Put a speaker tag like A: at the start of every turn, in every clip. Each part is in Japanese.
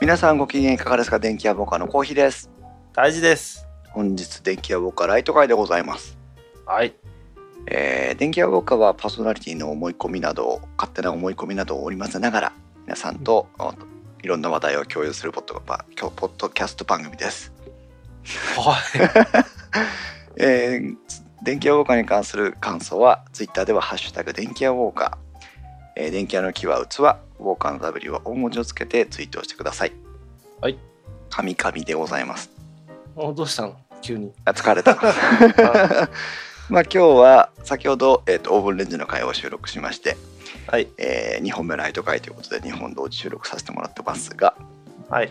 A: 皆さんご機嫌いかがですか電気屋ウォーカーのコーヒーです
B: 大事です。
A: 本日電気屋ウォーカーライト会でございます、
B: はい。
A: えー、電気屋ウォーカーはパーソナリティの思い込みなど勝手な思い込みなどを織り交ぜながら皆さんとあいろんな話題を共有するポッドパ今日ポッドキャスト番組です、
B: はい。
A: えー、電気屋ウォーカーに関する感想はツイッターではハッシュタグ電気屋ウォーカー、えー、電気屋の木は器ウォーカーの W は大文字をつけてツイートをしてください
B: はい
A: 神々でございます
B: おどうしたの急に。
A: あ疲 れた。まあ今日は先ほど、えー、とオーブンレンジの会を収録しまして、
B: はい。
A: え2本目ライト会ということで2本同時収録させてもらってますが
B: はい。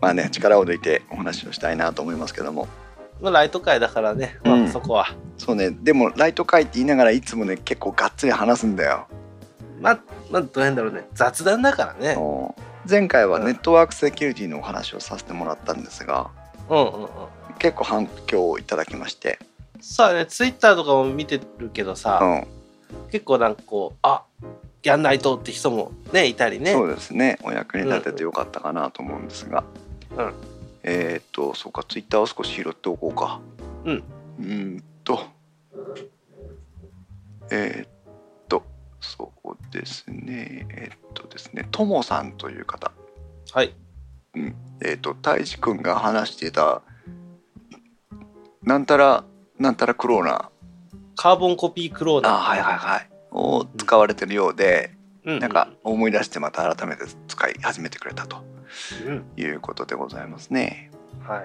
A: まあね力を抜いてお話をしたいなと思いますけども
B: まあ、ライト会だからね、
A: う
B: ま
A: ん
B: あ、そこは。
A: そうねでもライト会って言いながらいつもね結構がっつり話すんだよ。
B: まあ、まあ、どうなんだろうね。雑談だからね。
A: 前回は
B: うん
A: ネットワークセキュリティのお話をさせてもらったんですが
B: うんうんうん。
A: 結構反響をいただきまして、
B: さあね、ツイッターとかも見てるけど
A: う
B: さ、
A: ん、
B: 結構なんかこう、あやんないとって人もね、いたりね。
A: そうですねお役に立ててよかったかなと思うんですが、
B: うん
A: えーっとそうかツイッターを少し拾っておこうか
B: うん
A: うーんとえーっとそうですねえーっとですねともさんという方
B: はい。
A: えーっと大志くんが話してたなんたらなんたらクローナ
B: カーボンコピークロー
A: ーあ
B: ナー。
A: はいはいはいを使われてるようで、
B: うんうん
A: なんか、思い出してまた改めて使い始めてくれたと
B: うん。
A: いうことでございますね。
B: はい。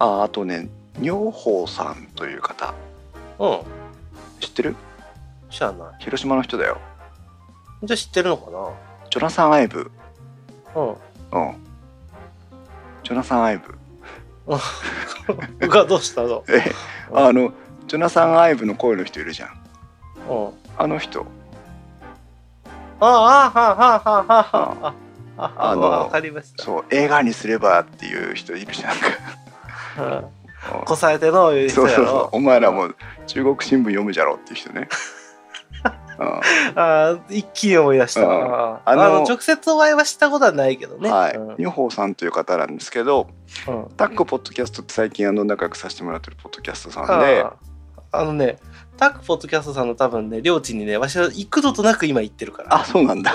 A: ああとね女房さんという方
B: う
A: 知ってる
B: ん。知らない。
A: 広島の人だよ
B: じゃあ知ってるのかな
A: ジョナサン・アイブ
B: うん。
A: うんジョナサン・アイブ
B: 僕はどうしたの
A: え
B: うん
A: あのジョナサン・アイブの声の人いるじゃん
B: うん。
A: あの人
B: ああ、はあ、はあ、はあ、はあ、ああ、
A: あ
B: あ
A: の
B: わかりました。
A: そう映画にすればっていう人いるじゃん
B: うんこさえての
A: うん
B: 言
A: そうう
B: 人
A: そう
B: や
A: そう
B: ろ。
A: お前らも中国新聞読むじゃろっていう人ねうん
B: あー一気に思い出した。
A: うん
B: あー
A: あ
B: あ
A: の
B: の直接お会いはしたことはないけど ね。
A: はい
B: うん
A: 女房さんという方なんですけど
B: うん
A: タックポッドキャストって最近あの仲良くさせてもらってるポッドキャストさんで
B: あーあのね、タックポッドキャストさんの多分ね、領地にね、わしは幾度となく今行ってるから。
A: あそうなんだ、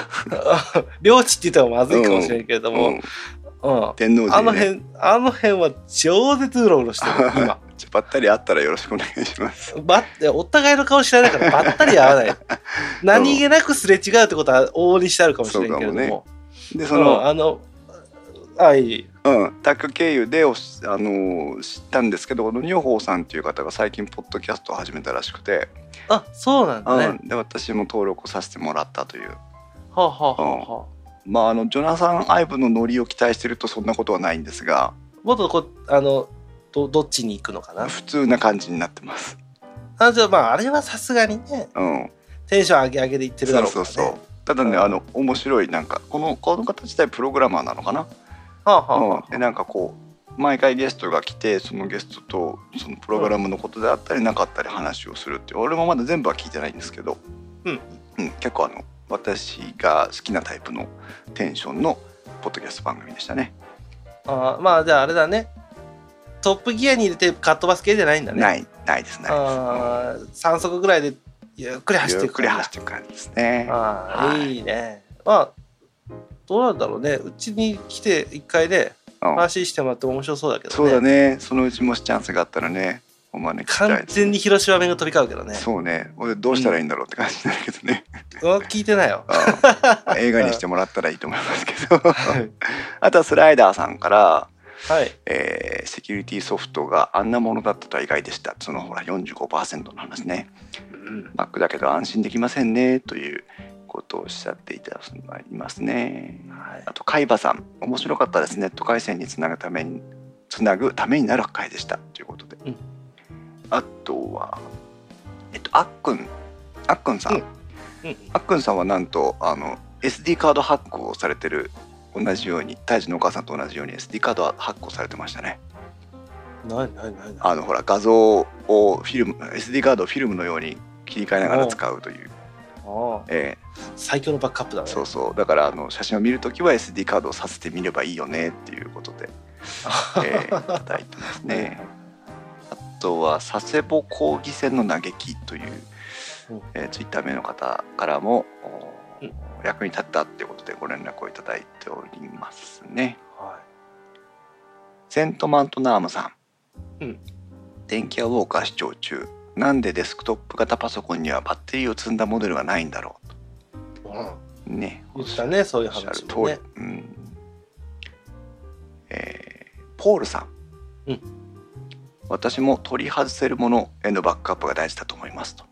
B: 領地って言ったらまずいかもしれんけれど
A: う
B: も、
A: ん、
B: うん
A: 天王寺
B: あ
A: にね
B: の辺、あの辺は超絶うろうろし てる、今。
A: じゃあばったり会ったらよろしくお願いします。
B: ばってお互いの顔知らないからばったり合 わない何気なくすれ違うってことは往々にしてあるかもしれんけれども
A: そうかで
B: そ
A: そ
B: の
A: の、
B: あのあいい
A: うん、タック経由でおしあのー知ったんですけどこの女房さんっていう方が最近ポッドキャストを始めたらしくて、
B: あそうなんだね、
A: うん、で私も登録をさせてもらったという
B: はあ、はあはあはあ、
A: まああのジョナサン・アイブのノリを期待してるとそんなことはないんですが
B: もっとこあのどどっちに行くのかな
A: 普通な感じになってます。
B: あじゃあまああれはさすがにね
A: うん、
B: テンション上げ上げでいってるだ
A: そう
B: ろうか
A: そ
B: ら、
A: う
B: ね、
A: そうただね、
B: うん
A: あの面白いなんかこのこの方自体プログラマーなのかな
B: はあはあは
A: うん、でなんかこう毎回ゲストが来てそのゲストとそのプログラムのことであったりなかったり話をするっていう俺もまだ全部は聞いてないんですけど、
B: うん
A: うん、結構あの私が好きなタイプのテンションのポッドキャスト番組でしたね。
B: ああまあじゃああれだねトップギアに入れてかっ飛ばす系じゃないんだね
A: ないないですな
B: あー3速ぐらいでゆっく
A: いで
B: り走
A: す。ゆ
B: って
A: っ
B: いく
A: く
B: か
A: り
B: ら
A: 走っていく感じですね。
B: ああ、
A: はい
B: いね。まあ、どうなんだろうね。うちに来て一回で
A: うん
B: 話してもらっても面白そうだけどね。
A: そうだねそのうちもしチャンスがあったらねお招きしたい
B: 完
A: ですね
B: 全に広島弁が飛び交うけどね。
A: そうね俺どうしたらいいんだろうって感じになるけどね、
B: うわ聞いてないよ。
A: うん映画にしてもらったらいいと思いますけど。あとはスライダーさんから、
B: はい。
A: えーセキュリティソフトがあんなものだったとは意外でしたそのほら45%の話ね Mac だけど安心できませんねということをおっしゃっていただきますね
B: はい
A: あと海馬さん面白かったですネット回線につなぐためにつなぐためになる回でしたということで、
B: うん
A: あとはえっとあっくんあっくんさん、
B: うんうん
A: あっくんさんはなんとあの SD カード発行をされてる同じように大地のお母さんと同じように SD カードは発行されてましたね
B: ないないないない。
A: あのほら画像をフィルム SD カードをフィルムのように切り替えながら使うという
B: あああ
A: え
B: 最強のバックアップだ
A: え
B: ね
A: そうそうだからあの写真を見るときは SD カードをさせてみればいいよねっていうこと で、ええ叩いてますね。あとは佐世保抗議戦の嘆きという
B: うん、
A: えー、ツイッター名の方からもお
B: う
A: 役に立ったっていうことでご連絡をいただいておりますね。
B: は
A: セントマントナームさん、
B: うん
A: 電気屋ウォーカー視聴中なんでデスクトップ型パソコンにはバッテリーを積んだモデルがないんだろ
B: いうん
A: うとね
B: 言ってたねそういう
A: おっしゃる
B: 話
A: 通り
B: も、ね
A: うんえーポールさん、
B: うん
A: 私も取り外せるものへのバックアップが大事だと思いますと、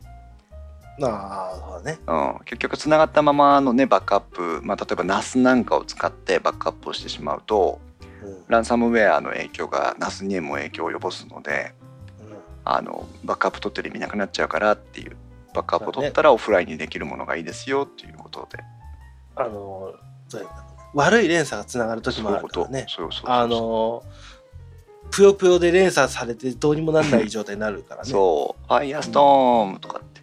B: ああそうだね
A: うん、結局つながったままのねバックアップ、まあ、例えば NAS なんかを使ってバックアップをしてしまうと
B: うん
A: ランサムウェアの影響が NAS にも影響を及ぼすので
B: うん
A: あのバックアップ取ってる意味なくなっちゃうからっていうバックアップを取ったらオフラインにできるものがいいですよっていうことで、
B: あのそうやな悪い連鎖がつながる
A: そ
B: 時
A: う
B: も
A: い
B: あ
A: う
B: る
A: こ
B: か
A: と
B: らね
A: そうそうそうそう
B: あのぷよぷよで連鎖されてどうにもなんない状態になるからね
A: そう「ファイアストーム」とかって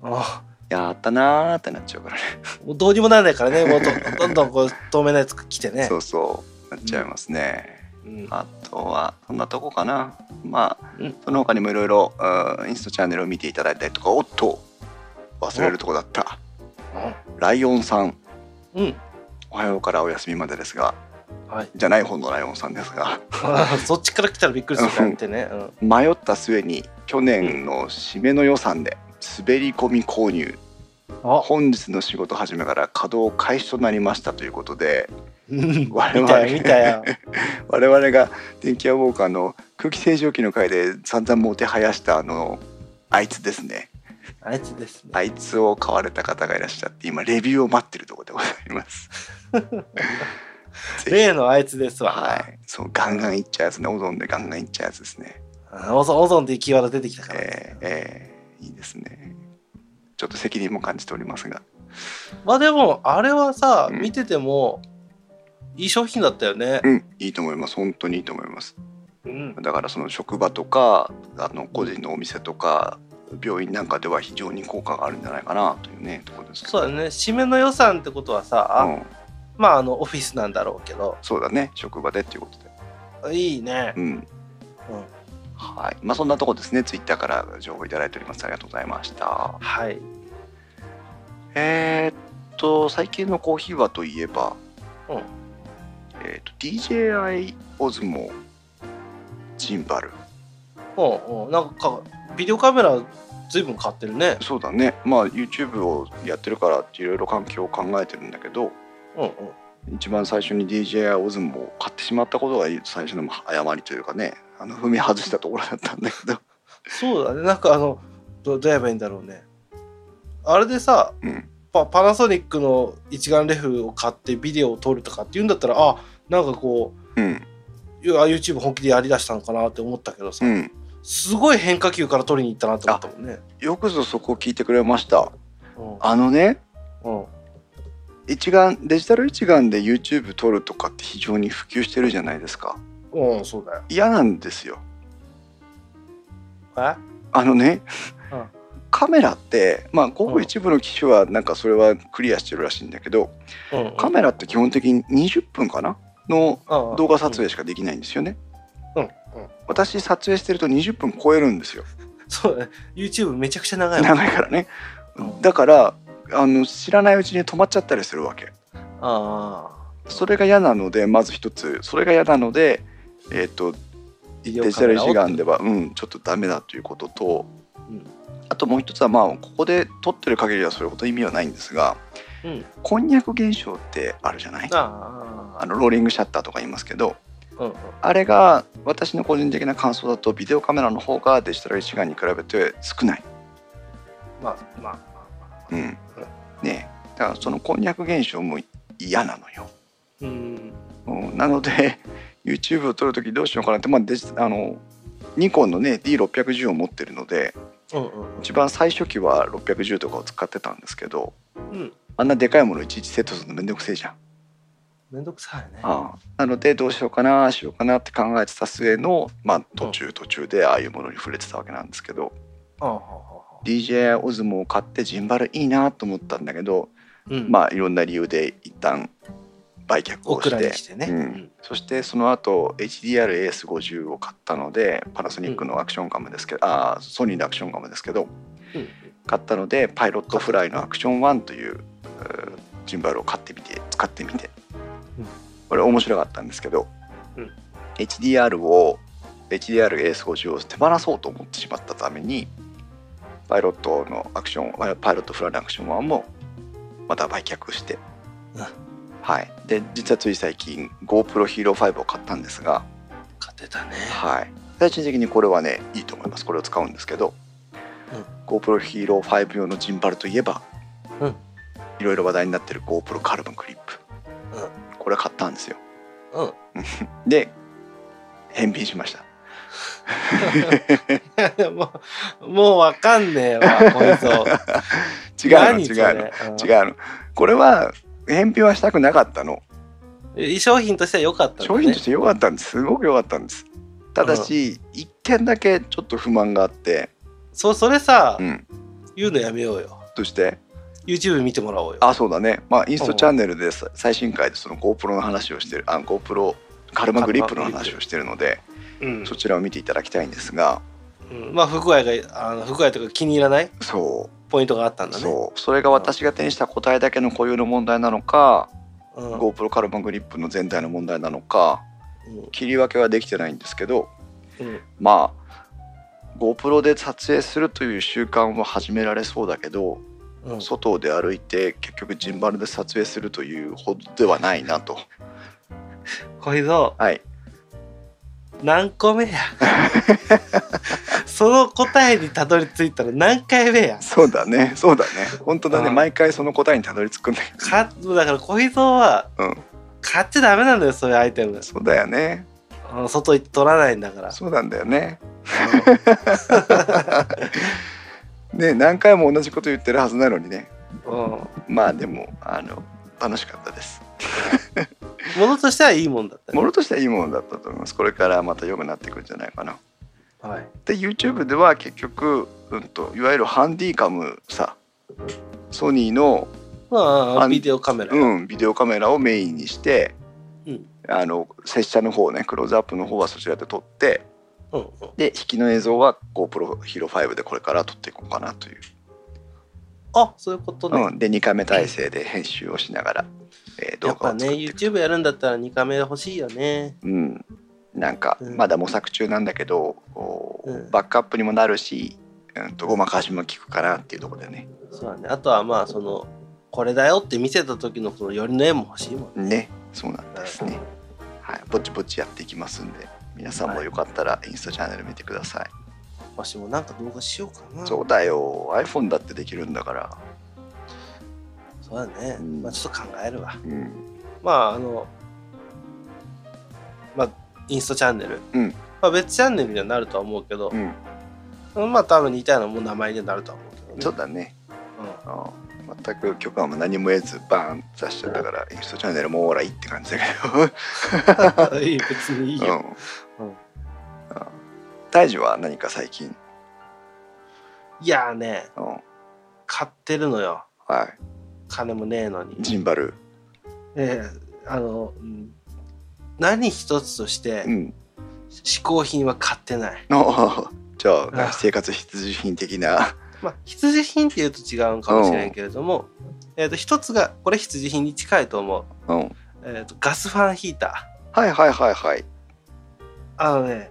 B: あ
A: 「やったな」ってなっちゃうからね
B: あもうどうにもならないからねもうど どんどんこう透明なやつ来てね
A: そうそうなっちゃいますね、
B: うん
A: あとはそんなとこかなまあ、
B: うん
A: その他にもいろいろうんインストチャンネルを見ていただいたりとかおっと忘れるとこだったライオンさん
B: うん
A: おはようからお休みまでですが
B: はい
A: じゃない方のライオンさんですが
B: そっちから来たらびっくりするからってね、うん
A: 迷った末に去年の締めの予算で滑り込み購入
B: あ
A: 本日の仕事始めから稼働開始となりましたということで
B: うん
A: 我
B: 見
A: 々
B: たよ見たよ
A: 我々が電気屋ウォーカーの空気清浄機の回で散々もてはやしたあのあいつですね
B: あいつですね
A: あいつを買われた方がいらっしゃって今レビューを待ってるところでございます ぜ
B: 例のあいつです
A: ひ
B: わ
A: はいそうガンガンいっちゃうやつねオゾンでガンガンいっちゃうやつですね
B: あオゾンオゾンっていうキーワード出てきたから、
A: えー、えーいいですねちょっと責任も感じておりますが
B: まあでもあれはさ、
A: うん
B: 見ててもいい商品だったよね
A: う、んいいと思います本当にいいと思います
B: うん、
A: だからその職場とかあの個人のお店とか病院なんかでは非常に効果があるんじゃないかなというねところですけど
B: そうだね締めの予算ってことはさ、
A: うん、
B: まああのオフィスなんだろうけど
A: そうだね職場でっていうことで
B: いいね
A: う、ん
B: うん
A: はいまあそんなとこですねツイッターから情報いただいておりますありがとうございました
B: はい
A: えーっと最近のコーヒーはといえば、
B: うん
A: えーっと DJI オズモジンバル
B: うんうんなんかビデオカメラ随分買ってるね
A: そうだねまあ YouTube をやってるからいろいろ環境を考えてるんだけど
B: うんうん
A: 一番最初に DJI オズモを買ってしまったことが最初の誤りというかねあの踏み外したところだったんだけど
B: そうだねなんかあのどどうやればいいんだろうねあれでさ
A: うん
B: パパナソニックの一眼レフを買ってビデオを撮るとかっていうんだったらあなんかこ う
A: うん
B: いや YouTube 本気でやりだしたのかなって思ったけどさ、
A: うん
B: すごい変化球から取りに行ったなと思ったもんね。
A: よくぞそこを聞いてくれました
B: うん
A: あのね
B: うん
A: 一眼デジタル一眼で YouTube 撮るとかって非常に普及してるじゃないですか
B: うん、そうだよ。
A: 嫌なんですよ
B: え
A: あのね、
B: うん
A: カメラってまあごく一部の機種はなんかそれはクリアしてるらしいんだけど
B: うん
A: カメラって基本的に20分かなの
B: うん
A: 動画撮影しかできないんですよね
B: うんうん
A: 私撮影してると20分超えるんですよ
B: そうだね。YouTube めちゃくちゃ長いもん。
A: 長いからね
B: うん
A: だからあの知らないうちに止まっちゃったりするわけ
B: あ
A: それが嫌なのでまず一つそれが嫌なのでえっ、とデ
B: ビ
A: ジ
B: デオカメラ
A: タ
B: を
A: ル一眼ではうんちょっとダメだということと、
B: うん
A: あともう一つはまあここで撮ってる限りはそれほど意味はないんですが
B: あ。うん。
A: こんにゃく現象ってあるじゃない
B: あ
A: あ
B: あ。
A: のローリングシャッターとか言いますけど
B: うんうん。
A: あれが私の個人的な感想だとビデオカメラの方がデジタル一眼に比べて少ない。
B: まあまあまあまあ。
A: うん、ねえだからそのこんにゃく現象も嫌なのよ。
B: うん。
A: うんなので YouTube を撮るときどうしようかなって、まあ、デジあのニコンのね D610 を持ってるので
B: うんうん
A: 一番最初期は610とかを使ってたんですけど
B: うん。
A: あんなでかいものいちいちセットするのめんどくせえじゃん。
B: めんどくさいね。
A: ああなのでどうしようかなしようかなって考えてた末の、まあ、途中途中でああいうものに触れてたわけなんですけど
B: ああ。
A: DJ オズモを買ってジンバルいいなと思ったんだけど、
B: うん
A: まあいろんな理由で一旦売却
B: オ
A: を
B: ク
A: し
B: ラ
A: て
B: にしてね、
A: うん
B: うん
A: そしてその後 HDRAS50 を買ったのでパナソニックのアクションカムですけど、あーソニーのアクションカムですけど、
B: うん
A: 買ったのでパイロットフライのアクション1というえージンバルを買ってみて使ってみて、
B: うん
A: これ面白かったんですけど、
B: うん
A: HDR を HDRAS50 を手放そうと思ってしまったためにパイロットのアクションパイロットフライのアクション1もまた売却してはい、で実はつい最近 GoPro Hero 5を買ったんですが、
B: 買ってたね
A: はい、最終的にこれはねいいと思いますこれを使うんですけど、
B: うん
A: GoPro Hero 5用のジンバルといえば、
B: うん
A: いろいろ話題になってる GoPro カルボンクリップ、
B: うん
A: これ買ったんですよ
B: うん
A: で返品しました
B: もう、もうわかんねえわ、こいつ
A: 違うの
B: を。何
A: 違
B: そう
A: の
B: れうん
A: 違うのこれは返品はしたくなかったの
B: 商品としては良かったんだね
A: 商品として良かったんですすごく良かったんですただし一件だけちょっと不満があって
B: そそれさ、
A: うん
B: 言うのやめようよ。
A: として
B: YouTube 見てもらおうよ。
A: あそうだね、まあ、インス
B: う
A: ト
B: ん
A: チャンネルでさ最新回でその GoPro の話をしてるあ GoPro カルマグリップの話をしてるので
B: うん
A: そちらを見ていただきたいんですが
B: うんまあ、不具合が、あの不具合とか気に入らない
A: そ
B: ポイントがあったん
A: う
B: だね。
A: そうそれが私が手にした答えだけの固有の問題なのか
B: う。ん、
A: GoPro カルマグリップの全体の問題なのか
B: うん
A: 切り分けはできてないんですけど
B: うん
A: まあ GoPro で撮影するという習慣は始められそうだけど
B: うん
A: 外で歩いて結局ジンバルで撮影するというほどではないなと。
B: こいぞ、
A: はい
B: 何個目 や。その答えにたどり着いたら何回目や。
A: そうだね、そうだね。本当だね、
B: うん
A: 毎回その答えにたどり着くんだけ
B: かだから小井蔵は、
A: うん
B: 買っちゃダメなんだよそういうアイテム
A: ど。そうだよね。
B: うん外行って取らないん だから
A: そうなんだよね。ね、何回も同じこと言ってるはずなのにね。
B: うんうん
A: まあでも、あの、楽しかったです。
B: ものとしてはいいもんだったね
A: ものとしてはいいものだったと思います。これからまた良くなっていくんじゃないかな。
B: はい
A: で、YouTube では結局、うんと、いわゆるハンディカムさ、ソニーの、
B: まあ
A: あ
B: ビデオカメラ、
A: うん、ビデオカメラをメインにして、
B: うん
A: あの拙者の方ねクローズアップの方はそちらで撮って
B: うんうん
A: で引きの映像は GoPro Hero 5でこれから撮っていこうかなという、
B: あそういうことね、
A: うん、で2回目体制で編集をしながら、えー
B: や
A: 動
B: っ
A: 画
B: ぱ
A: を
B: ね
A: 作っていく、
B: YouTube やるんだったら2カメ欲しいよね
A: うん、なんか
B: うん
A: まだ模索中なんだけど、こう
B: うん
A: バックアップにもなるし、うん、とごまかしも効くかなっていうところでね
B: そうだねあとはまあそのこれだよって見せた時のこの寄りの絵も欲しいもん
A: ねそうなんですね、はい、ぼちぼちやっていきますんで皆さんもよかったらインスタチャンネル見てください、
B: わしもなんか動画しようかな
A: そうだよ iPhone だってできるんだから、
B: そうだね、
A: うん
B: まあちょっと考えるわ
A: うん、
B: まああのまあインストチャンネル、
A: うん
B: まあ、別チャンネルにはなるとは思うけど
A: う、ん
B: まあ多分似たようなもう名前にはなるとは思うけどね
A: そうだね
B: うん
A: あー全く許可も何も得ずバーン出しちゃったからインスタチャンネルもうおらいいって感じだけ
B: いい 別にいい
A: どう
B: よ、
A: ん
B: うん
A: あー大樹は何か最近、
B: いやーね
A: うん
B: 買ってるのよ
A: は
B: 金もねえのに
A: い、ジンバル、
B: ええあの、うん何一つとして
A: うん、
B: 嗜好品は買ってない、
A: のじゃあ
B: あ
A: 生活必需品的な、
B: まあ必需品っていうと違うんかもしれんけれども、えー、と一つがこれ必需品に近いと思う、
A: うん、
B: えー、とガスファンヒータ
A: はいはいはいはい
B: ーあのね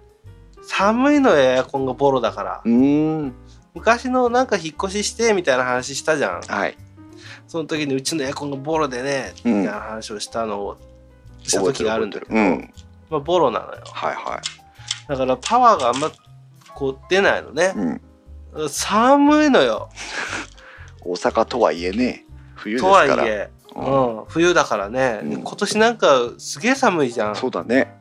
B: 寒いのよエアコンがボロだから
A: うーん
B: 昔のなんか引っ越ししてみたいな話したじゃん
A: はい
B: その時にうちのエアコンがボロでね
A: う
B: み
A: ん
B: たいな話をしたのをした時があるんだけど、
A: 覚えてる
B: まあ、ボロなのよ
A: 覚えてるうん、はいは
B: だからパワーがあんまこう出ないのね
A: い、、うん、
B: 寒いのよ
A: 大阪とはいえね冬です
B: と
A: か
B: は
A: ら
B: いえ、う
A: うん
B: ん、冬だからね、
A: うん
B: 今年なんかすげえ寒いじゃん、うん、
A: そうだね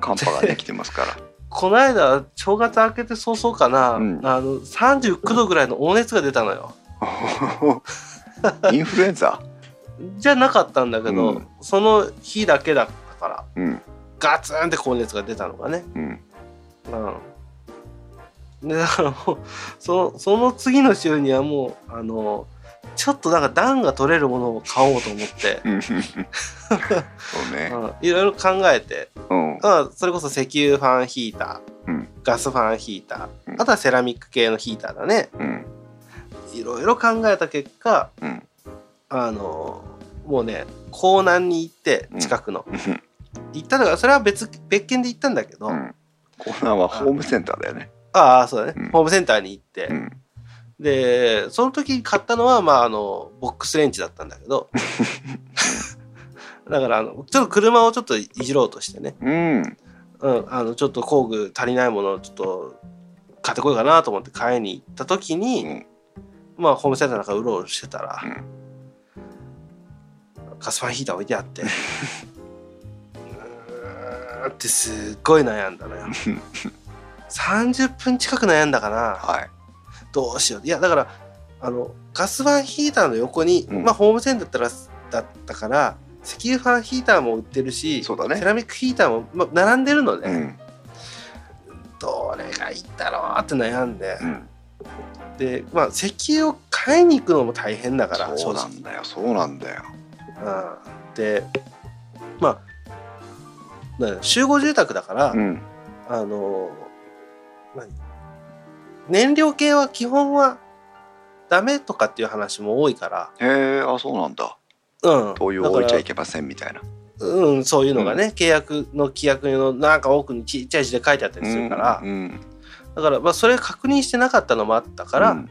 A: 寒波ができてますから
B: この間正月明けて早々かな、
A: うん
B: あの39度ぐらいの温熱が出たのよ
A: インフルエンザ、
B: じゃなかったんだけど、
A: うん
B: その日だけだったから
A: うん
B: ガツンって高熱が出たのがね、
A: うん、
B: うん、でだからもうそのその次の週にはもうあのちょっとなんか段が取れるものを買おうと 思って、
A: うんそうね
B: うんいろいろ考えて、
A: うん
B: まあ、それこそ石油ファンヒータ
A: う
B: ー、
A: ん
B: ガスファンヒータ
A: う
B: ー
A: ん
B: あとはセラミック系のヒーターだね
A: うん
B: いろいろ考えた結果
A: うん
B: あのもうね港南に行って
A: うん
B: 近くの、
A: うん
B: 行ったのがそれは別別件で行ったんだけど、
A: うんコーナーはホームセンターだよね
B: ああそうだね、
A: うん
B: ホームセンターに行って、
A: うん
B: でその時買ったのはまああのボックスレンチだったんだ けどだからあのちょっと車をちょっといじろうとしてね、
A: うん
B: うん、あのちょっと工具足りないものをちょっと買ってこようかなと思って買いに行った時に、
A: うん
B: まあホームセンターの中うろうろしてたら、
A: うん
B: ガスファンヒーター置いてあってうーんってすっごい悩んだの よ30分近く悩んだかな
A: はい
B: どうしよういやだからあのガスファンヒーターの横に、
A: うん
B: まあホームセンターだったらだったから石油ファンヒーターも売ってるし
A: そうだね
B: セラミックヒーターも、まあ、並んでるので、
A: うん
B: どれがいいだろうって悩んで、
A: うん
B: でまあ石油を買いに行くのも大変だから
A: そうなんだよそうなんだよ
B: 正直うんでまあなんだ集合住宅だから、
A: うん
B: あの何燃料系は基本はダメとかっていう話も多いから、
A: へえあそうなんだ
B: うん、
A: 灯油を置いちゃい
B: け
A: けませんみたいな
B: うん、そういうのがね、契約の規約のなんか奥にちっちゃい字で書いてあったりするから、
A: うんうん
B: だから、まあ、それ確認してなかったのもあったから、
A: うん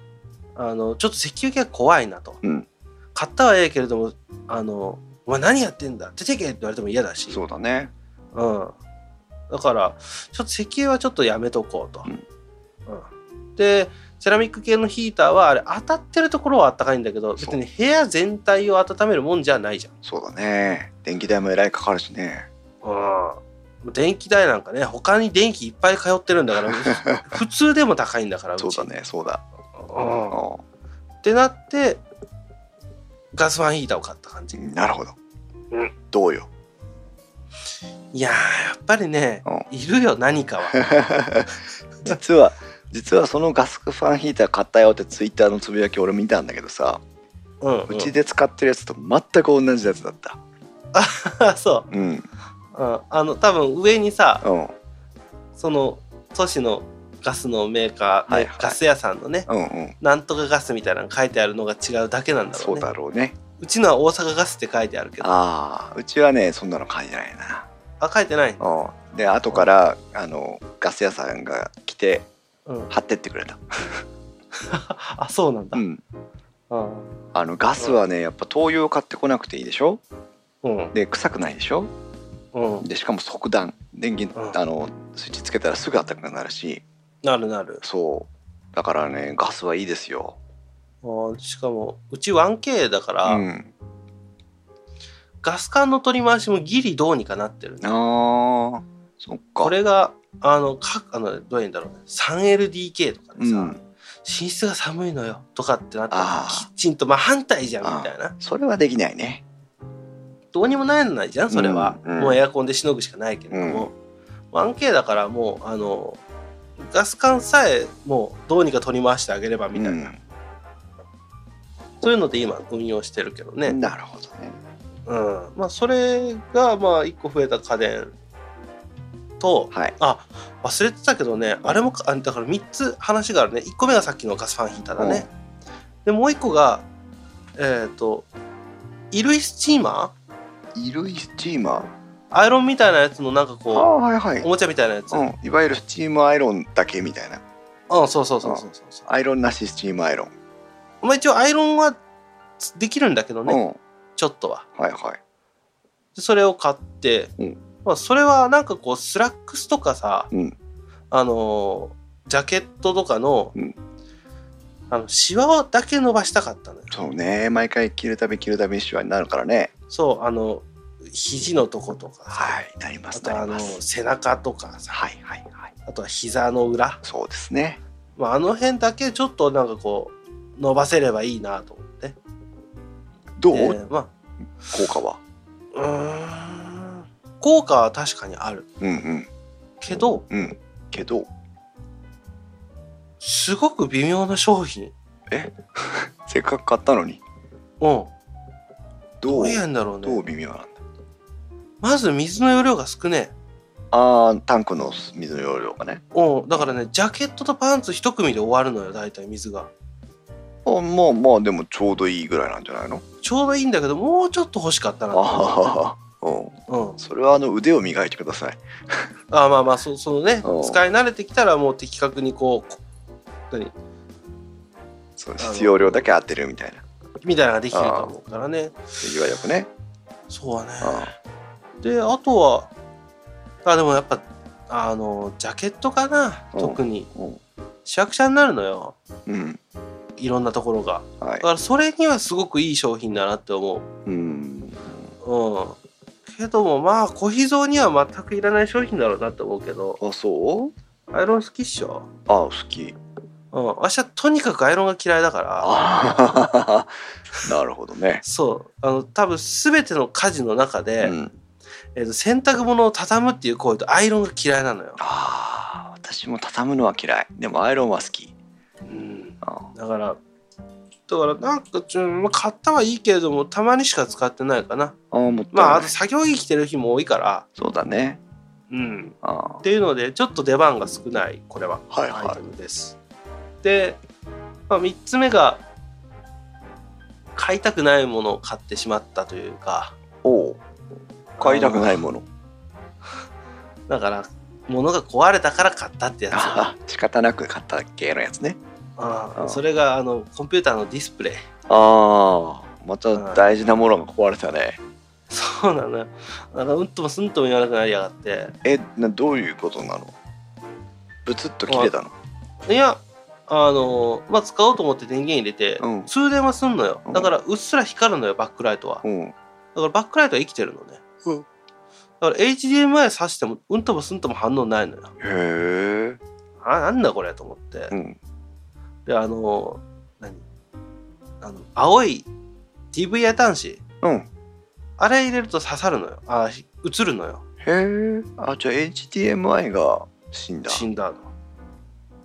B: あのちょっと石油系は怖いなと、
A: うん
B: 買ったはええけれどもあの「お前何やってんだ出てけ!」って言われても嫌だし
A: そうだね
B: うん、だからちょっと石油はちょっとやめとこうと、
A: うん
B: うんでセラミック系のヒーターはあれ当たってるところはあったかいんだけど別
A: そう
B: に部屋全体を温めるもんじゃないじゃん
A: そうだね電気代もえらいかかるしね
B: うん電気代なんかね他に電気いっぱい通ってるんだから 普通でも高いんだからうち
A: そうだねそうだ
B: うんっ
A: う
B: てなってガスファンヒーターを買った感じ、
A: んなるほど
B: うん
A: どうよ
B: いやーやっぱりね、
A: う
B: いるよ何かは
A: 実は実はそのガスファンヒーター買ったよってツイッターのつぶやき俺見たんだけどさ
B: うん、う
A: う
B: ん
A: ちで使ってるやつと全く同じやつだった
B: そ
A: うんうん
B: う、うん、あの多分上にさ
A: うん
B: その都市のガスのメーカー、
A: はいはい
B: ガス屋さんのね
A: うん
B: なんとかガスみたいなの書いてあるのが違うだけなんだろ
A: そうう
B: ね
A: だろうね
B: うちのは大阪ガスって書いてあるけどあ
A: ああうちはねそんなの感じないな
B: 書いてない、
A: うんで後からあのガス屋さんが来て
B: うん、
A: 貼ってってくれた
B: あそうなんだ
A: う、ん
B: うん
A: あのガスはねやっぱ灯油を買ってこなくていいでしょ
B: うん
A: で臭くないでしょ
B: うん、
A: でしかも即断電源
B: うん
A: あのスイッチつけたらすぐ暖かくなるし
B: なるなる
A: そうだからねガスはいいですよ
B: あーしかもうち 1K だから、
A: うん、
B: ガス管の取り回しもギリどうにかなってるね
A: あーそっか
B: これがあのかあのどういうんだろうね 3LDK とかでさ、
A: うん
B: 寝室が寒いのよとかってなったら
A: あー
B: キッチンと真反対じゃんみたいな
A: それはできないね
B: どうにもならないじゃんそれは、
A: うんうん
B: もうエアコンでしのぐしかないけれども、1K だからもうあのガス管さえもうどうにか取り回してあげればみたいな、そういうので今運用してるけど
A: う
B: ね
A: ん、、なるほどね
B: うんまあ、それがまあ1個増えた家電と
A: はい
B: あ忘れてたけどねあれもかあだから3つ話があるね1個目がさっきのガスファンヒーターだね、でもう1個がえっ、と衣類スチーマ
A: 衣類スチーマー
B: ーアイロンみたいなやつのなんか
A: あ
B: こう
A: あはいはい
B: お、もちゃみたいなやつ、うん、
A: うん、いわゆるスチームアイロンだけみたいな
B: そうそうそうそうそうそう
A: アイロンなしスチームアイロン、
B: まあ一応アイロンはできるんだけどね、
A: うん
B: ちょっとは
A: はいはい
B: でそれを買って、
A: うん
B: まあ、それはなんかこうスラックスとかさ、
A: うん
B: あのージャケットとかの、
A: うん
B: あのシワだけ伸ばしたかったのよ
A: そうね毎回着るたび着るたびシワになるからね
B: そうあの肘のとことかさ
A: はいなりま
B: あ
A: す
B: と
A: な
B: あ
A: り
B: の
A: ます
B: 背中とかさ
A: はいはいはい
B: あとは膝の裏、
A: そうですね
B: まあ、あの辺だけちょっとなんかこう伸ばせればいいなと思って
A: どう、
B: でまあ
A: 効果は
B: うーん効果は確かにある
A: うんうん
B: けど
A: うんけど
B: すごく微妙な商品
A: せっかく買ったのに
B: うんど
A: どう
B: うやんだろう
A: どう
B: ね
A: 微妙なんだ
B: まず水の容量が少ね
A: あータンクの水の容量がね
B: えうんだからねジャケットとパンツ一組で終わるのよ大体水が
A: あまあまあでもちょうどいいぐらいなんじゃないの
B: ちょうどいいんだけどもうちょっと欲しかったなと思
A: ああ、うん、
B: ってうん
A: それはあの腕を磨いてください。
B: あまあまあそそのね
A: うん
B: 使い慣れてきたらもう的確にこうこ何
A: その
B: あの
A: 必要量だけ当てるみたいな。
B: みたいなのができてると思うからね
A: いわゆるね。
B: そうだね
A: あ
B: であとはあでもやっぱあのジャケットかな、
A: うん
B: 特に
A: あうん
B: しゃくしゃになるのよ
A: うん、
B: いろんなところが
A: は
B: だ
A: い。
B: からそれにはすごくいい商品だなって思
A: うん、
B: ううんけどもまあ小秘蔵には全くいらない商品だろうなって思うけど
A: あ、そう
B: アイロン好きっしょ
A: あ、好き。
B: うん私はとにかくアイロンが嫌いだから
A: ああ、 なるほどね。
B: そうあの多分全ての家事の中
A: う
B: で、
A: ん、
B: えーと洗濯物を畳むっていう行為とアイロンが嫌いなのよ、
A: ああ、私も畳むのは嫌い。でもアイロンは好き。
B: うん、
A: あ
B: だからだからなんかちょまあ買ったはいいけれどもたまにしか使ってないかな
A: あ、もったいない
B: まああと作業着着てる日も多いから
A: そうだね。
B: うん
A: あ
B: っていうのでちょっと出番が少ないこれは
A: はいはい
B: アイテムですで、まあ、3つ目が買いたくないものを買ってしまったというか
A: おう買いたくないもの。
B: だから物が壊れたから買ったってやつ
A: ああ、仕方なく買った系のやつね。
B: あ
A: あ
B: それがあのコンピューターのディスプレイ
A: あ あ、また大事なものが壊れたね。
B: そうなのよなんかうんともすんとも言わなくなりやがって
A: えなどういうことなのブツッと切れたの
B: いやあのまあ使おうと思って電源入れて、
A: うん
B: 通電はすんのよ
A: うん
B: だからうっすら光るのよバックライトはだ
A: うん
B: からバックライトは生きてるのね、
A: うん
B: だから HDMI 挿してもうんともすんとも反応ないのよ
A: へえ
B: あなんだこれと思って、
A: うん
B: であの何あの青い DVI 端子
A: うん
B: あれ入れると刺さるのよあひ映るのよ
A: へえあじゃあ HDMI が死んだ
B: 死んだの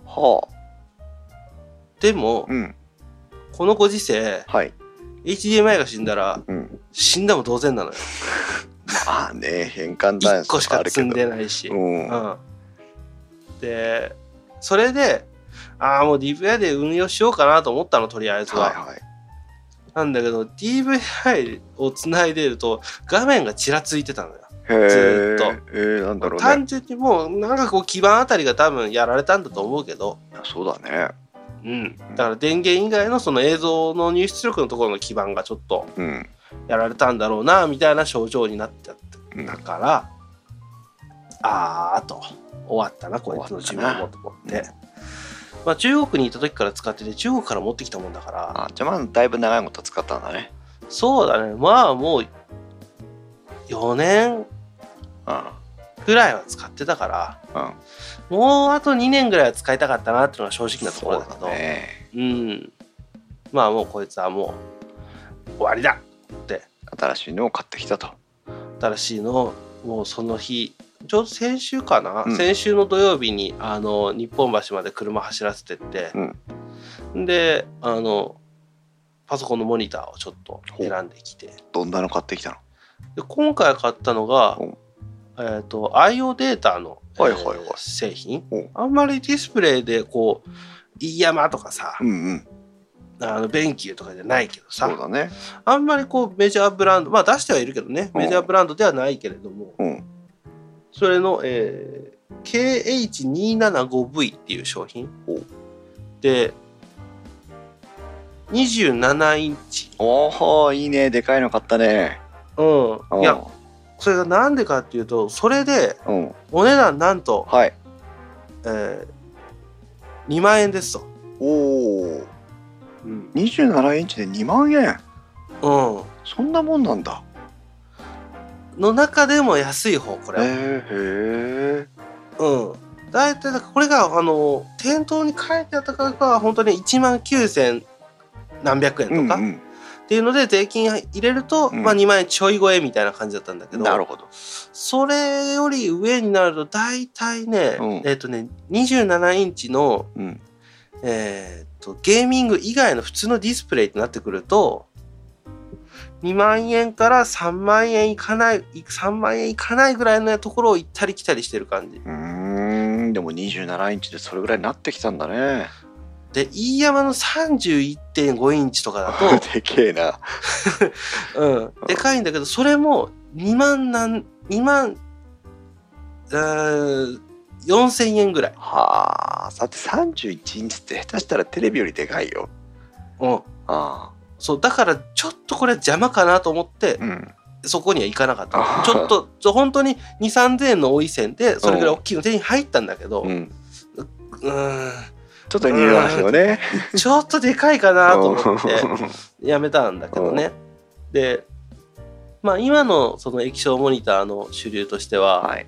A: はあ
B: でも、
A: うん
B: このご時世
A: はい
B: HDMI が死んだら
A: うん
B: 死んだも同然なのよ
A: まあね 変換
B: 1
A: 端
B: 個し
A: 子と
B: か
A: あるけ
B: 積
A: ど
B: んでないし、
A: うんは
B: うんでそれでああもう DVI で運用しようかなと思ったのとりあえず
A: い
B: は、
A: はい
B: なんだけど DVI をつないでいると画面がちらついてたのよ、
A: へえ
B: ずー
A: えー、なんだろうね
B: 単純にもうなんかこう基板あたりが多分やられたんだと思うけど
A: そうだね
B: うん、だから電源以外のその映像の入出力のところの基板がちょっと
A: うん
B: やられたんだろうなみたいな症状になっちゃって
A: うん
B: だから、あーあと終わったなこいつの寿命もと思って、
A: 終わった
B: まあ、中国にいた時から使ってて中国から持ってきたもんだから
A: あじゃあまあだいぶ長いこと使ったんだね
B: そうだねまあもう4
A: う
B: 年
A: ん
B: ぐらいは使ってたから
A: うん
B: もうあと2年ぐらいは使いたかったなっていうのが正直なと
A: そ
B: ころ
A: う
B: だけ
A: だ
B: ど
A: ね
B: うんまあもうこいつはもう終わりだって
A: 新しいのを買ってきたと
B: 新しいのをもうその日ちょうど先週かな、
A: うん
B: 先週の土曜日にあの日本橋まで車走らせてって、であのパソコンのモニターをちょっと選んできてで
A: どんなの買ってきたの
B: 今回買ったのが
A: ほう、
B: えー、と IO データの、
A: はいはいはい
B: えー製品
A: ほう
B: あんまりディスプレイでこう飯山とかさ、
A: うんうん
B: あの便球とかじゃないけどさ
A: そうだね
B: あんまりこうメジャーブランドまあ出してはいるけどねメジャーブランドではないけれども、
A: うん
B: それの、えー KH275V っていう商品
A: おう
B: で27インチ
A: おおいいねでかいの買ったね
B: う
A: うんん
B: いやそれがなんでかっていうとそれで
A: うん
B: お値段なんと、
A: はい
B: えー2万円ですと、
A: おお
B: うん
A: 27インチで2万円そんなもんなんだ
B: の中でも安い方こ
A: へえ
B: れ、
A: へえ
B: うん大体だからこれがあの店頭に書いてあった価格は本当に1万9000何百円とか、
A: うんうん
B: っていうので税金入れると、
A: うん
B: まあ、2万円ちょい超えみたいな感じだったんだけど
A: なるほど
B: それより上になると大体ね、
A: うん
B: えっ、とね27インチの
A: うん
B: えーっとゲーミング以外の普通のディスプレイってなってくると2万円から3万円いかない3万円いかないぐらいのところを行ったり来たりしてる感じ
A: うーんでも27インチでそれぐらいになってきたんだね
B: で飯山の31.5インチとかだ
A: でけえな
B: と、 うん、でかいんだけどそれも2万なん2万うーん4000円ぐらい、
A: はあだって31インチって下手したらテレビよりでかいよ
B: うん、
A: あ
B: そうだからちょっとこれ邪魔かなと思って
A: あうん
B: そこには行かなかった
A: あ
B: ちょっとちょ本当に2 3 0 0円のおい線でそれぐらい大きいの手に入ったんだけど、
A: う
B: うーん、
A: んちょっと似る話よね
B: ちょっとでかいかなと思って
A: う
B: やめたんだけどねでまあ今のその液晶モニターの主流としては、
A: んはい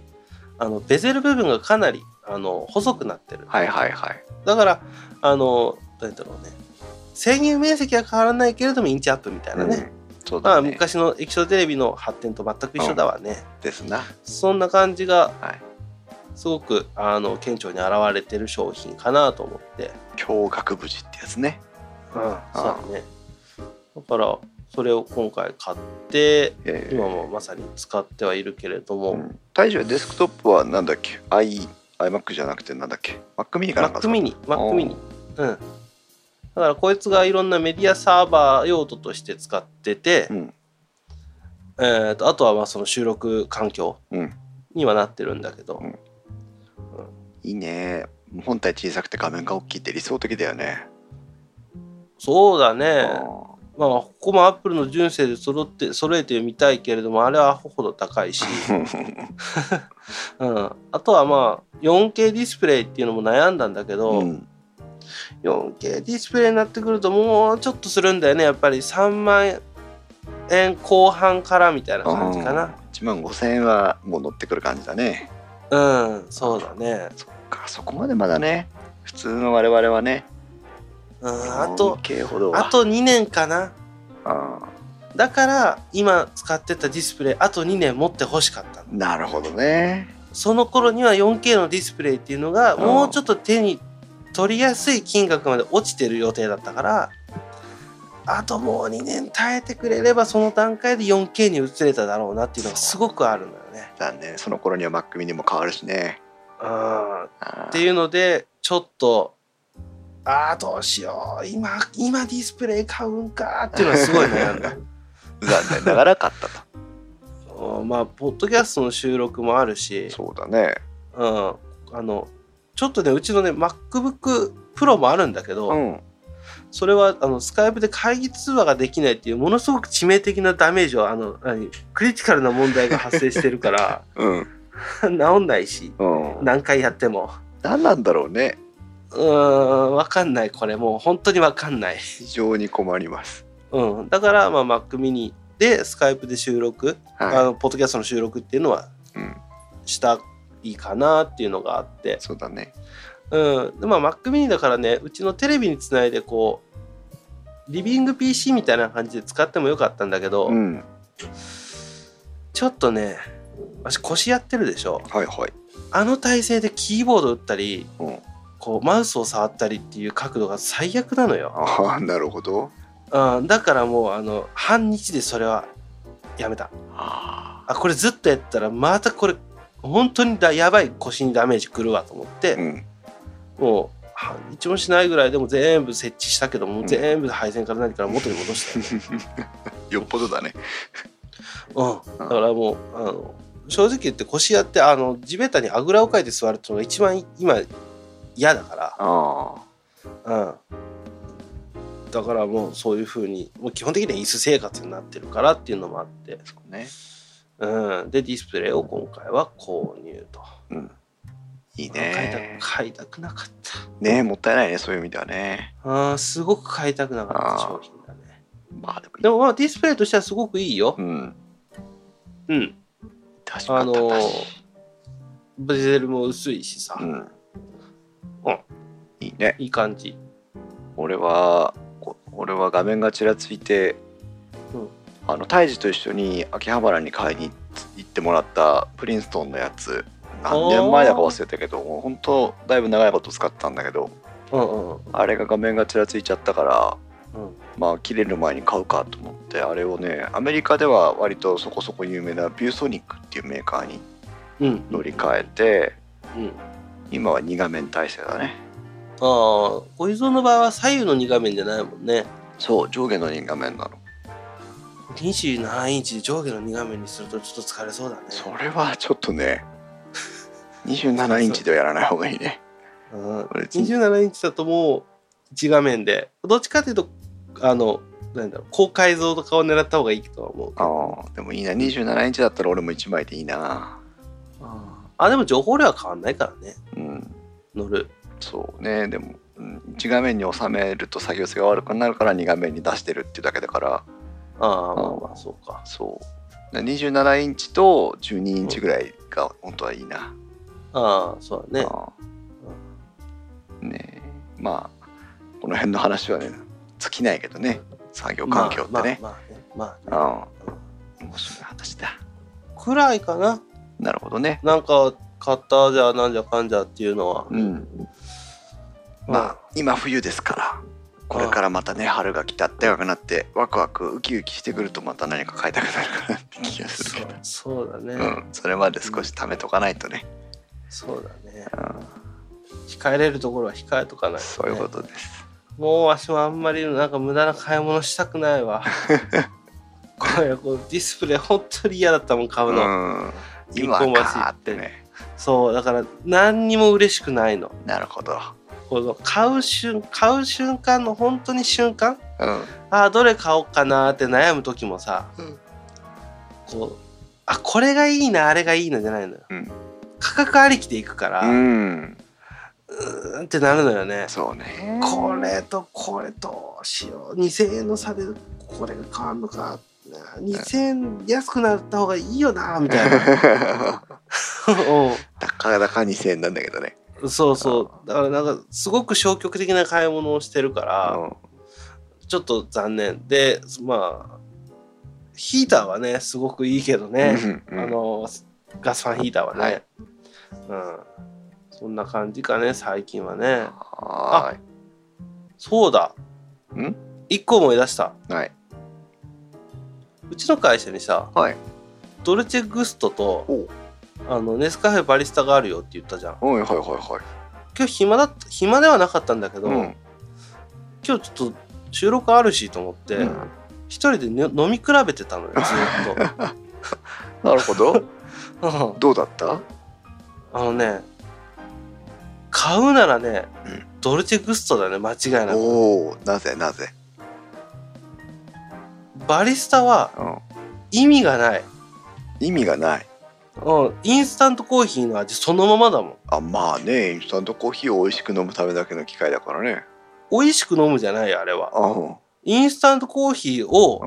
B: あのベゼル部分がかなりあの細くなってる
A: はいはいはい
B: だからあの何だろうね制限面積は変わらないけれどもインチアップみたいなね、
A: うんそう
B: ま
A: だ
B: あ
A: ね
B: 昔の液晶テレビの発展と全く一緒だわね、
A: ですな
B: そんな感じが
A: はい
B: すごくあの顕著に現れてる商品かなと思って、
A: 驚愕無事ってやつね
B: そうだねだからそれを今回買って
A: ええ
B: 今もまさに使ってはいるけれど
A: う
B: も、
A: ん大将デスクトップはなんだっけ i iMac じゃなくてなんだっけ Mac mini かなんか
B: Mac ミニ Mac ミニうんだからこいつがいろんなメディアサーバー用途として使ってて、
A: うん
B: えー、とあとはまあその収録環境
A: うん
B: にはなってるんだけど、
A: うんいいね本体小さくて画面が大きいって理想的だよね、
B: そうだ
A: あ
B: ね
A: ー
B: まあここもアップルの純正で揃って揃えてみたいけれどもあれはアホほど 高いし、うん、あとはまあ 4K ディスプレイっていうのも悩んだんだけど、
A: うん、
B: 4K ディスプレイになってくるともうちょっとするんだよねやっぱり3万円後半からみたいな感じかな
A: 1万5000円はもう乗ってくる感じだね
B: うん、そうだね
A: そっかそこまでまだね普通の我々はね
B: うんあと
A: 4K ほどは
B: あと2年かな
A: あ
B: だから今使ってたディスプレイあと2年持ってほしかったの
A: ーなるほどね
B: その頃には 4K のディスプレイっていうのが
A: うん
B: もうちょっと手に取りやすい金額まで落ちてる予定だったからあともう2年耐えてくれればその段階で 4K に移れただろうなっていうのがすごくあるのよね。
A: 残念その頃には Mac mini も変わるしね
B: うんっ
A: あー
B: ていうのでちょっとああどうしよう今今ディスプレイ買うんかっていうのはすごい悩 んだ。
A: 残念ながら買ったと
B: うんまあポッドキャストの収録もあるし
A: そうだね
B: うん、あのちょっとねうちのね MacBookPro もあるんだけど、
A: うん
B: それはあのスカイプで会議通話ができないっていうものすごく致命的なダメージをあの何クリティカルな問題が発生してるから
A: うん
B: 治んないし
A: うん
B: 何回やっても
A: 何なんだろうね
B: うーん分かんないこれもう本当に分かんない、
A: 非常に困ります
B: うん、だから、まあ、Mac mini でスカイプで収録、あ
A: は、
B: のポッドキャストの収録っていうのはい
A: うん、
B: したいかなっていうのがあって
A: そうだね
B: うん、でまあ Mac mini だからねうちのテレビにつないでこうリビング PC みたいな感じで使ってもよかったんだけど、
A: うん
B: ちょっとね私腰やってるでしょ
A: はいはい
B: あの体勢でキーボード打ったり
A: うん
B: こうマウスを触ったりっていう角度が最悪なのよ、
A: ああなるほど
B: うん、だからもうあの半日でそれはやめた
A: あ
B: あこれずっとやってたらまたこれ本当にだやばい腰にダメージくるわと思って、
A: あうん
B: もう半日もしないぐらいでも全部設置したけども、
A: うん
B: 全部配線から何から元に戻したよ
A: よっぽどだね
B: うん、だからもうあの正直言って腰やってあの地べたにあぐらをかいて座るっていうのが一番今嫌だか
A: ああ
B: ら、うん、だからもうそういうふうにもう基本的には椅子生活になってるからっていうのもあって、
A: そうね
B: うん、でディスプレイを今回は購入と
A: うんいい
B: 買い
A: ね
B: た買いたくなかった
A: ねもったいないねそういう意味ではね
B: あーすごく買いたくなかった
A: あ
B: 商
A: ー
B: 品だね
A: まあでも
B: でもまあディスプレイとしてはすごくいいよ、
A: うん
B: うん、
A: 確か
B: あ
A: に
B: のーベゼルも薄いしさ、
A: うん
B: うん
A: いいね
B: いい感じ
A: 俺はこ俺は画面がちらついて、
B: うん
A: あの胎児と一緒に秋葉原に買いに行ってもらったプリンストンのやつ何年前だか忘れたけどもう本当だいぶ長いこと使ってたんだけど
B: うんうん
A: あれが画面がちらついちゃったから、
B: うん
A: まあ切れる前に買うかと思ってあれをねアメリカでは割とそこそこ有名なビューソニックっていうメーカーに
B: うん
A: 乗り換えて
B: うん
A: 今は2画面体制だね
B: ああご依存の場合は左右の2画面じゃないもんね
A: そう上下の2画面なの
B: 27インチで上下の2画面にするとちょっと疲れそうだね
A: それはちょっとね27インチではやらない方がいいね
B: うん、
A: 別に
B: 27インチだともう1画面でどっちかというとあのなんだろう高解像とかを狙った方がいいとは思うけ
A: あ
B: ど
A: あでもいいな27インチだったら俺も1枚でいいな
B: ああでも情報量は変わんないからね
A: うん
B: 乗る
A: そうねでも、うん、1画面に収めると作業性が悪くなるから2画面に出してるっていうだけだから
B: ああ
A: ん
B: まあまあそうか
A: そう。27インチと12インチぐらいが本当はいいな。
B: ああそうだね
A: ああねえまあ、この辺の話はね、尽きないけどね、作業環境ってね。
B: まあまあまあね,、まあね
A: ああ、面白い話だ。
B: くらいかな
A: なるほどね。
B: なんか買ったじゃあなんじゃかんじゃっていうのは、
A: うん。まあ、今冬ですから、これからまたね、春が来たってくなって、ワクワクウキウキしてくるとまた何か買いたくなるかなって気がする
B: そ
A: け
B: う
A: ど。
B: そうだね、
A: うん、それまで少し貯めとかないとね。
B: そうだね
A: うん、
B: 控えれるところは控えとかないとね、
A: そういうことです。
B: もうわしもあんまりなんか無駄な買い物したくな いわこれこうディスプレイ本当に嫌だったもん買うの、
A: うん、
B: 日
A: 今
B: 光町
A: かーってね
B: そうだから何にも嬉しくないの
A: なるほど、
B: この買う瞬買う瞬間の本当に瞬間
A: うん、
B: あーどれ買おうかなーって悩む時もさ、
A: うん
B: こうあこれがいいなあれがいいなじゃないのよ、
A: うん
B: 価格ありきでいくから、
A: う
B: う
A: ん、
B: ーんってなるのよね
A: そうね
B: こ れとこれどうしよう2,000円の差でこれが変わるのかな2,000円安くなった方がいいよなみたい な
A: たかだか2000円なんだけどね
B: うんそうそうだからなんかすごく消極的な買い物をしてるから
A: うん
B: ちょっと残念でまあヒーターはねすごくいいけどね、
A: うん
B: あのガスファンヒーターはね、
A: はい
B: うんそんな感じかね最近はね
A: は
B: そうだ
A: ん
B: 1個思い出した
A: ーいはいう
B: ちの会社にさ、
A: はい
B: ドルチェグストと
A: おう
B: あのネスカフェバリスタがあるよって言ったじゃん
A: はいはいはい
B: 今日暇だった暇ではなかったんだけど、
A: はい
B: 今日ちょっと収録あるしと思って、
A: うん
B: 一人で、ね、飲み比べてたのよずーっ
A: なるほど
B: とうん
A: どうだった
B: あのね買うならね、
A: うん
B: ドルチェグストだね間違いなく
A: おおなぜなぜ
B: バリスタは
A: うん
B: 意味がない、
A: 意味がない
B: うん、インスタントコーヒーの味そのままだもん
A: あまあねインスタントコーヒーを美味しく飲むためだけの機械だからね
B: 美味しく飲むじゃないよあれは
A: うんうん
B: インスタントコーヒーを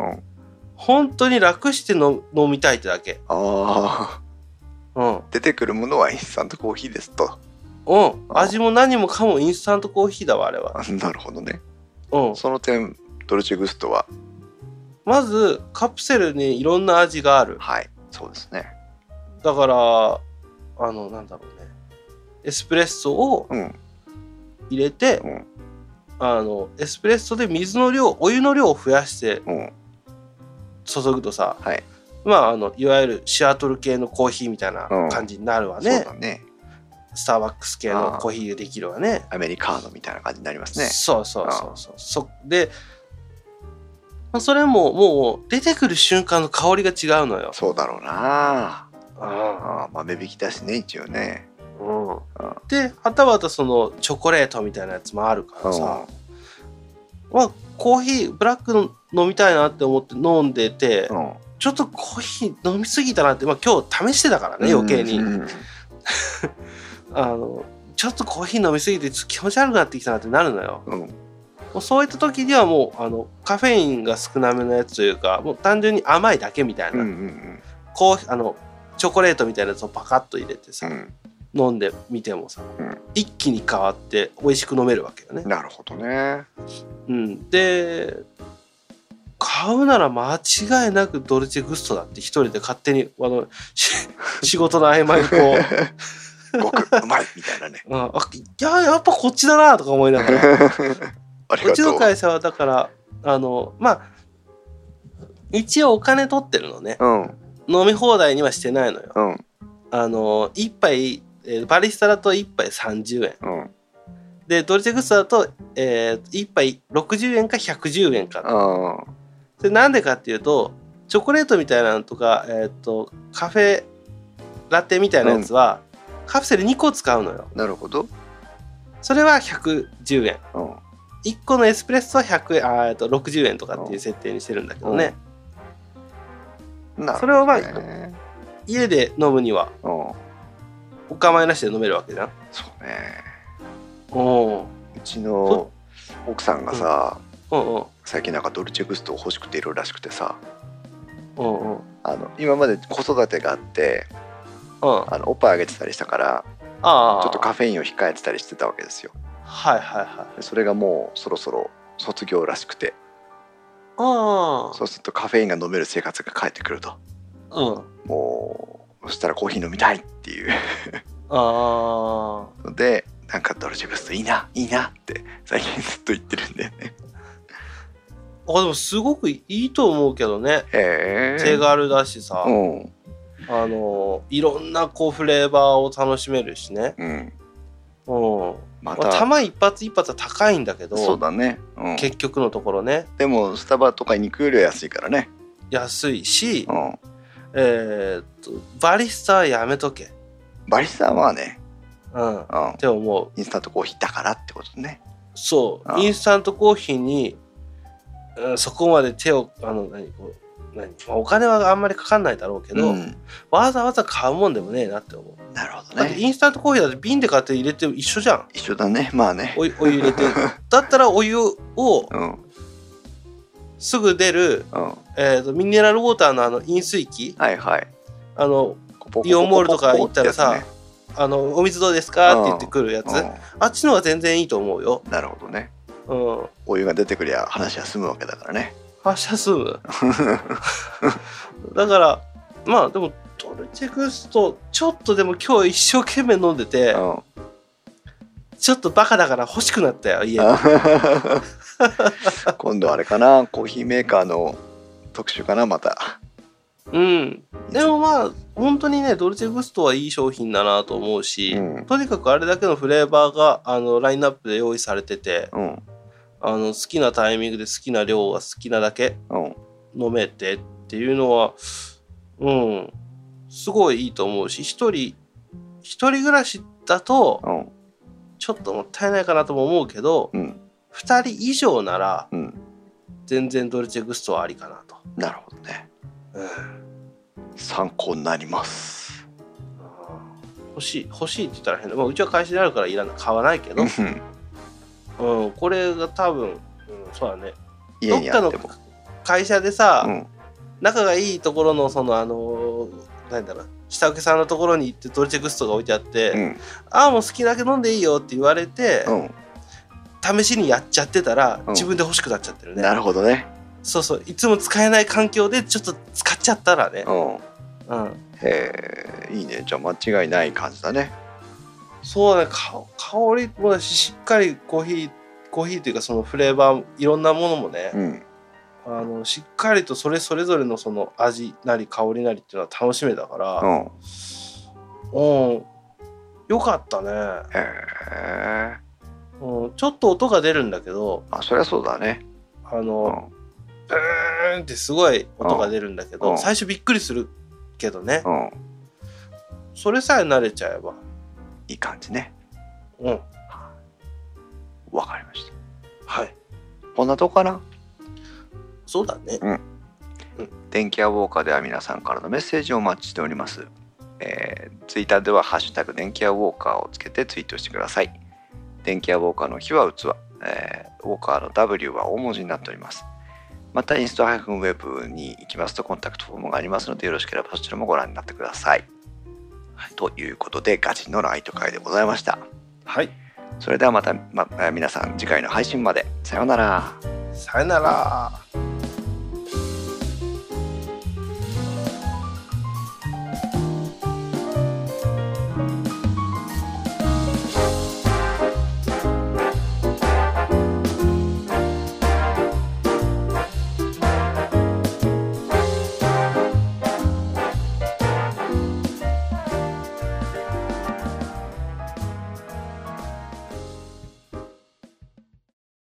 B: 本当に楽しての飲みたいってだけ。
A: ああ
B: うん。
A: 出てくるものはインスタントコーヒーですと
B: うん。味も何もかもインスタントコーヒーだわ、あれは。
A: なるほどね
B: うん。
A: その点ドルチェグストは
B: まず、カプセルにいろんな味がある。
A: はい、そうですね。
B: だから、あの、なんだろうね。エスプレッソを
A: うん、
B: 入れて、
A: うん、
B: あの、エスプレッソで水の量、お湯の量を増やして
A: うん、
B: 注ぐとさ、
A: はい。
B: まあ、あの、いわゆるシアトル系のコーヒーみたいな
A: うん
B: 感じになるわ
A: そう
B: ね。
A: だね。
B: スターバックス系のコーヒーができるわね。
A: アメリカーノみたいな感じになりますね。
B: そうそうそうそうそでまあそれももう出てくる瞬間の香りが違うのよ
A: そうだろうな。
B: あ
A: ああ、豆引きだしね、一応ね。
B: うんではたまたそのチョコレートみたいなやつもあるか
A: う
B: ら
A: ん、
B: さ、まあ、コーヒーブラックの飲みたいなって思って飲んでて、
A: うん、
B: ちょっとコーヒー飲みすぎたなって、まあ、今日試してたからね余計に、
A: うん
B: あのちょっとコーヒー飲みすぎてちょっと気持ち悪くなってきたなってなるのよ
A: うん、
B: もうそういった時にはもうあのカフェインが少なめのやつというかもう単純に甘いだけみたい
A: うん、う
B: な、
A: ん、
B: コーヒーあのチョコレートみたいなやつをパカッと入れて
A: う
B: さ、
A: ん、
B: 飲んでみてもさ、
A: うん
B: 一気に変わって美味しく飲めるわけよね。
A: なるほどね。
B: うん、で買うなら間違いなく ドルチェグストだって一人で勝手にあのし仕事の合間にこう
A: ごくうまいみたいな ね
B: うん、あいややっぱこっちだなとか思いながら
A: ありが
B: うち
A: とう
B: の会社はだからあのまあ一応お金取ってるのね
A: うん
B: 飲み放題にはしてないのよ
A: うん
B: あの一杯、えーバリスタだと1杯30円
A: うん
B: でドルチェグッスタだと、え1杯60円か110円か
A: あ
B: でなんでかっていうとチョコレートみたいなのとか、えー、とカフェラテみたいなやつは、カプセル2個使うのよ
A: ーなるほど
B: それは110円
A: うん
B: 1個のエスプレッソは100円あーえっと60円とかっていう設定にしてるんだけどね、
A: なるほどね
B: それをまあ家で飲むには
A: うん
B: お構いなしで飲めるわけじゃん
A: そうね
B: おー
A: うちの奥さんがさ
B: うんうん
A: 最近なんかドルチェグストを欲しくているらしくてさ
B: うんうんうん
A: あの今まで子育てがあって
B: あ
A: あのおっぱいあげてたりしたから
B: あ
A: ちょっとカフェインを控えてたりしてたわけですよ
B: はいはいはい
A: でそれがもうそろそろ卒業らしくて
B: あ
A: そうするとカフェインが飲める生活が返ってくると
B: あうん
A: もうそしたらコーヒー飲みたいっていう
B: あ
A: のでなんかドルチェグストいいないいなって最近ずっと言ってるんだよね
B: あでもすごくいいと思うけどね
A: へえ
B: 手軽だしさ、
A: うん
B: あのいろんなこうフレーバーを楽しめるしね、
A: うん
B: うん
A: ま
B: まあ、
A: た
B: 玉一発一発は高いんだけど
A: そうだね、うん、
B: 結局のところね
A: でもスタバとかに行くよりは安いからね
B: 安いし、
A: うん
B: えーっとバリスタはやめとけ、
A: バリスタはね、
B: うん、っ
A: うん、
B: て思う
A: インスタントコーヒーだからってことね
B: そう
A: ああ
B: インスタントコーヒーに、うん、そこまで手をあの何こう何、まあお金はあんまりかかんないだろうけど、
A: うん、
B: わざわざ買うもんでもねえなって思う、
A: なるほど
B: だって
A: ね
B: インスタントコーヒーだって瓶で買って入れても一緒じゃん
A: 一緒だねまあね
B: お湯お湯入れてだったらお湯を
A: うん
B: すぐ出る、
A: うん
B: えー、とミネラルウォーターのあの飲水機
A: はいはい
B: あの
A: イ
B: イオンモールとか行ったらさあの「お水どうですか?」って言ってくるやつ、あっちのは全然いいと思うよ。
A: なるほどね
B: うん。
A: お湯が出てくりゃ話は済むわけだからね
B: 発射数だからまあでもドルチェグストちょっとでも今日一生懸命飲んでて
A: うん
B: ちょっとバカだから欲しくなったよ家に
A: 今度あれかなコーヒーメーカーの特集かなまた
B: うん。でもまあ本当にねドルチェグストはいい商品だなと思うし、
A: うん
B: とにかくあれだけのフレーバーがあのラインナップで用意されてて
A: うん
B: あの好きなタイミングで好きな量が好きなだけ
A: うん
B: 飲めてっていうのはうんすごいいいと思うし一人一人暮らしだと
A: うん
B: ちょっともったいないかなとも思うけど
A: うん
B: 2人以上なら
A: うん
B: 全然ドルチェグストはありかなと、
A: なるほどね
B: うん
A: 参考になります
B: 欲しい欲しいって言ったら変だ、まあ、うちは会社であるからいらない買わないけど、
A: うん
B: うん、これが多分、うん、そうだね
A: 家にあっても
B: どっか会社でさ、
A: うん
B: 仲がいいところのそのあの何だろう下請けさんのところに行ってドルチェグストが置いてあって、
A: うん
B: ああもう好きだけ飲んでいいよって言われて、
A: うん
B: 試しにやっちゃってたら、
A: うん
B: 自分で欲しくなっちゃってるね
A: なるほどね
B: そうそういつも使えない環境でちょっと使っちゃったらね
A: うん
B: うん、
A: へえいいねじゃあ間違いない感じだね
B: そうだねか香りもだししっかりコーヒーコーヒーというかそのフレーバーいろんなものもね、
A: うん
B: あのしっかりとそれそれぞれのその味なり香りなりっていうのは楽しめたから、
A: うん
B: うん、よかったね、
A: へえ
B: うん、ちょっと音が出るんだけど
A: あそりゃそうだね
B: あ
A: う
B: の
A: ん
B: ブーンってすごい音が出るんだけ
A: う
B: ど
A: ん
B: 最初びっくりするけどね
A: うん
B: それさえ慣れちゃえば
A: いい感じね
B: うん
A: わかりました
B: はい
A: こんなとこかな
B: そうだね
A: 電気屋ウォーカーでは皆さんからのメッセージをお待ちしております。えー、ツイッターでは「ハッシュタグ電気屋ウォーカー」をつけてツイートしてください。電気屋ウォーカーの日は器、えーウォーカーの W は大文字になっております。またインストハイフンウェブに行きますとコンタクトフォームがありますのでよろしければそちらもご覧になってください。はい、ということでガチのライト会でございました。
B: はい
A: それではまた、ま、皆さん次回の配信まで。さようなら。
B: さよなら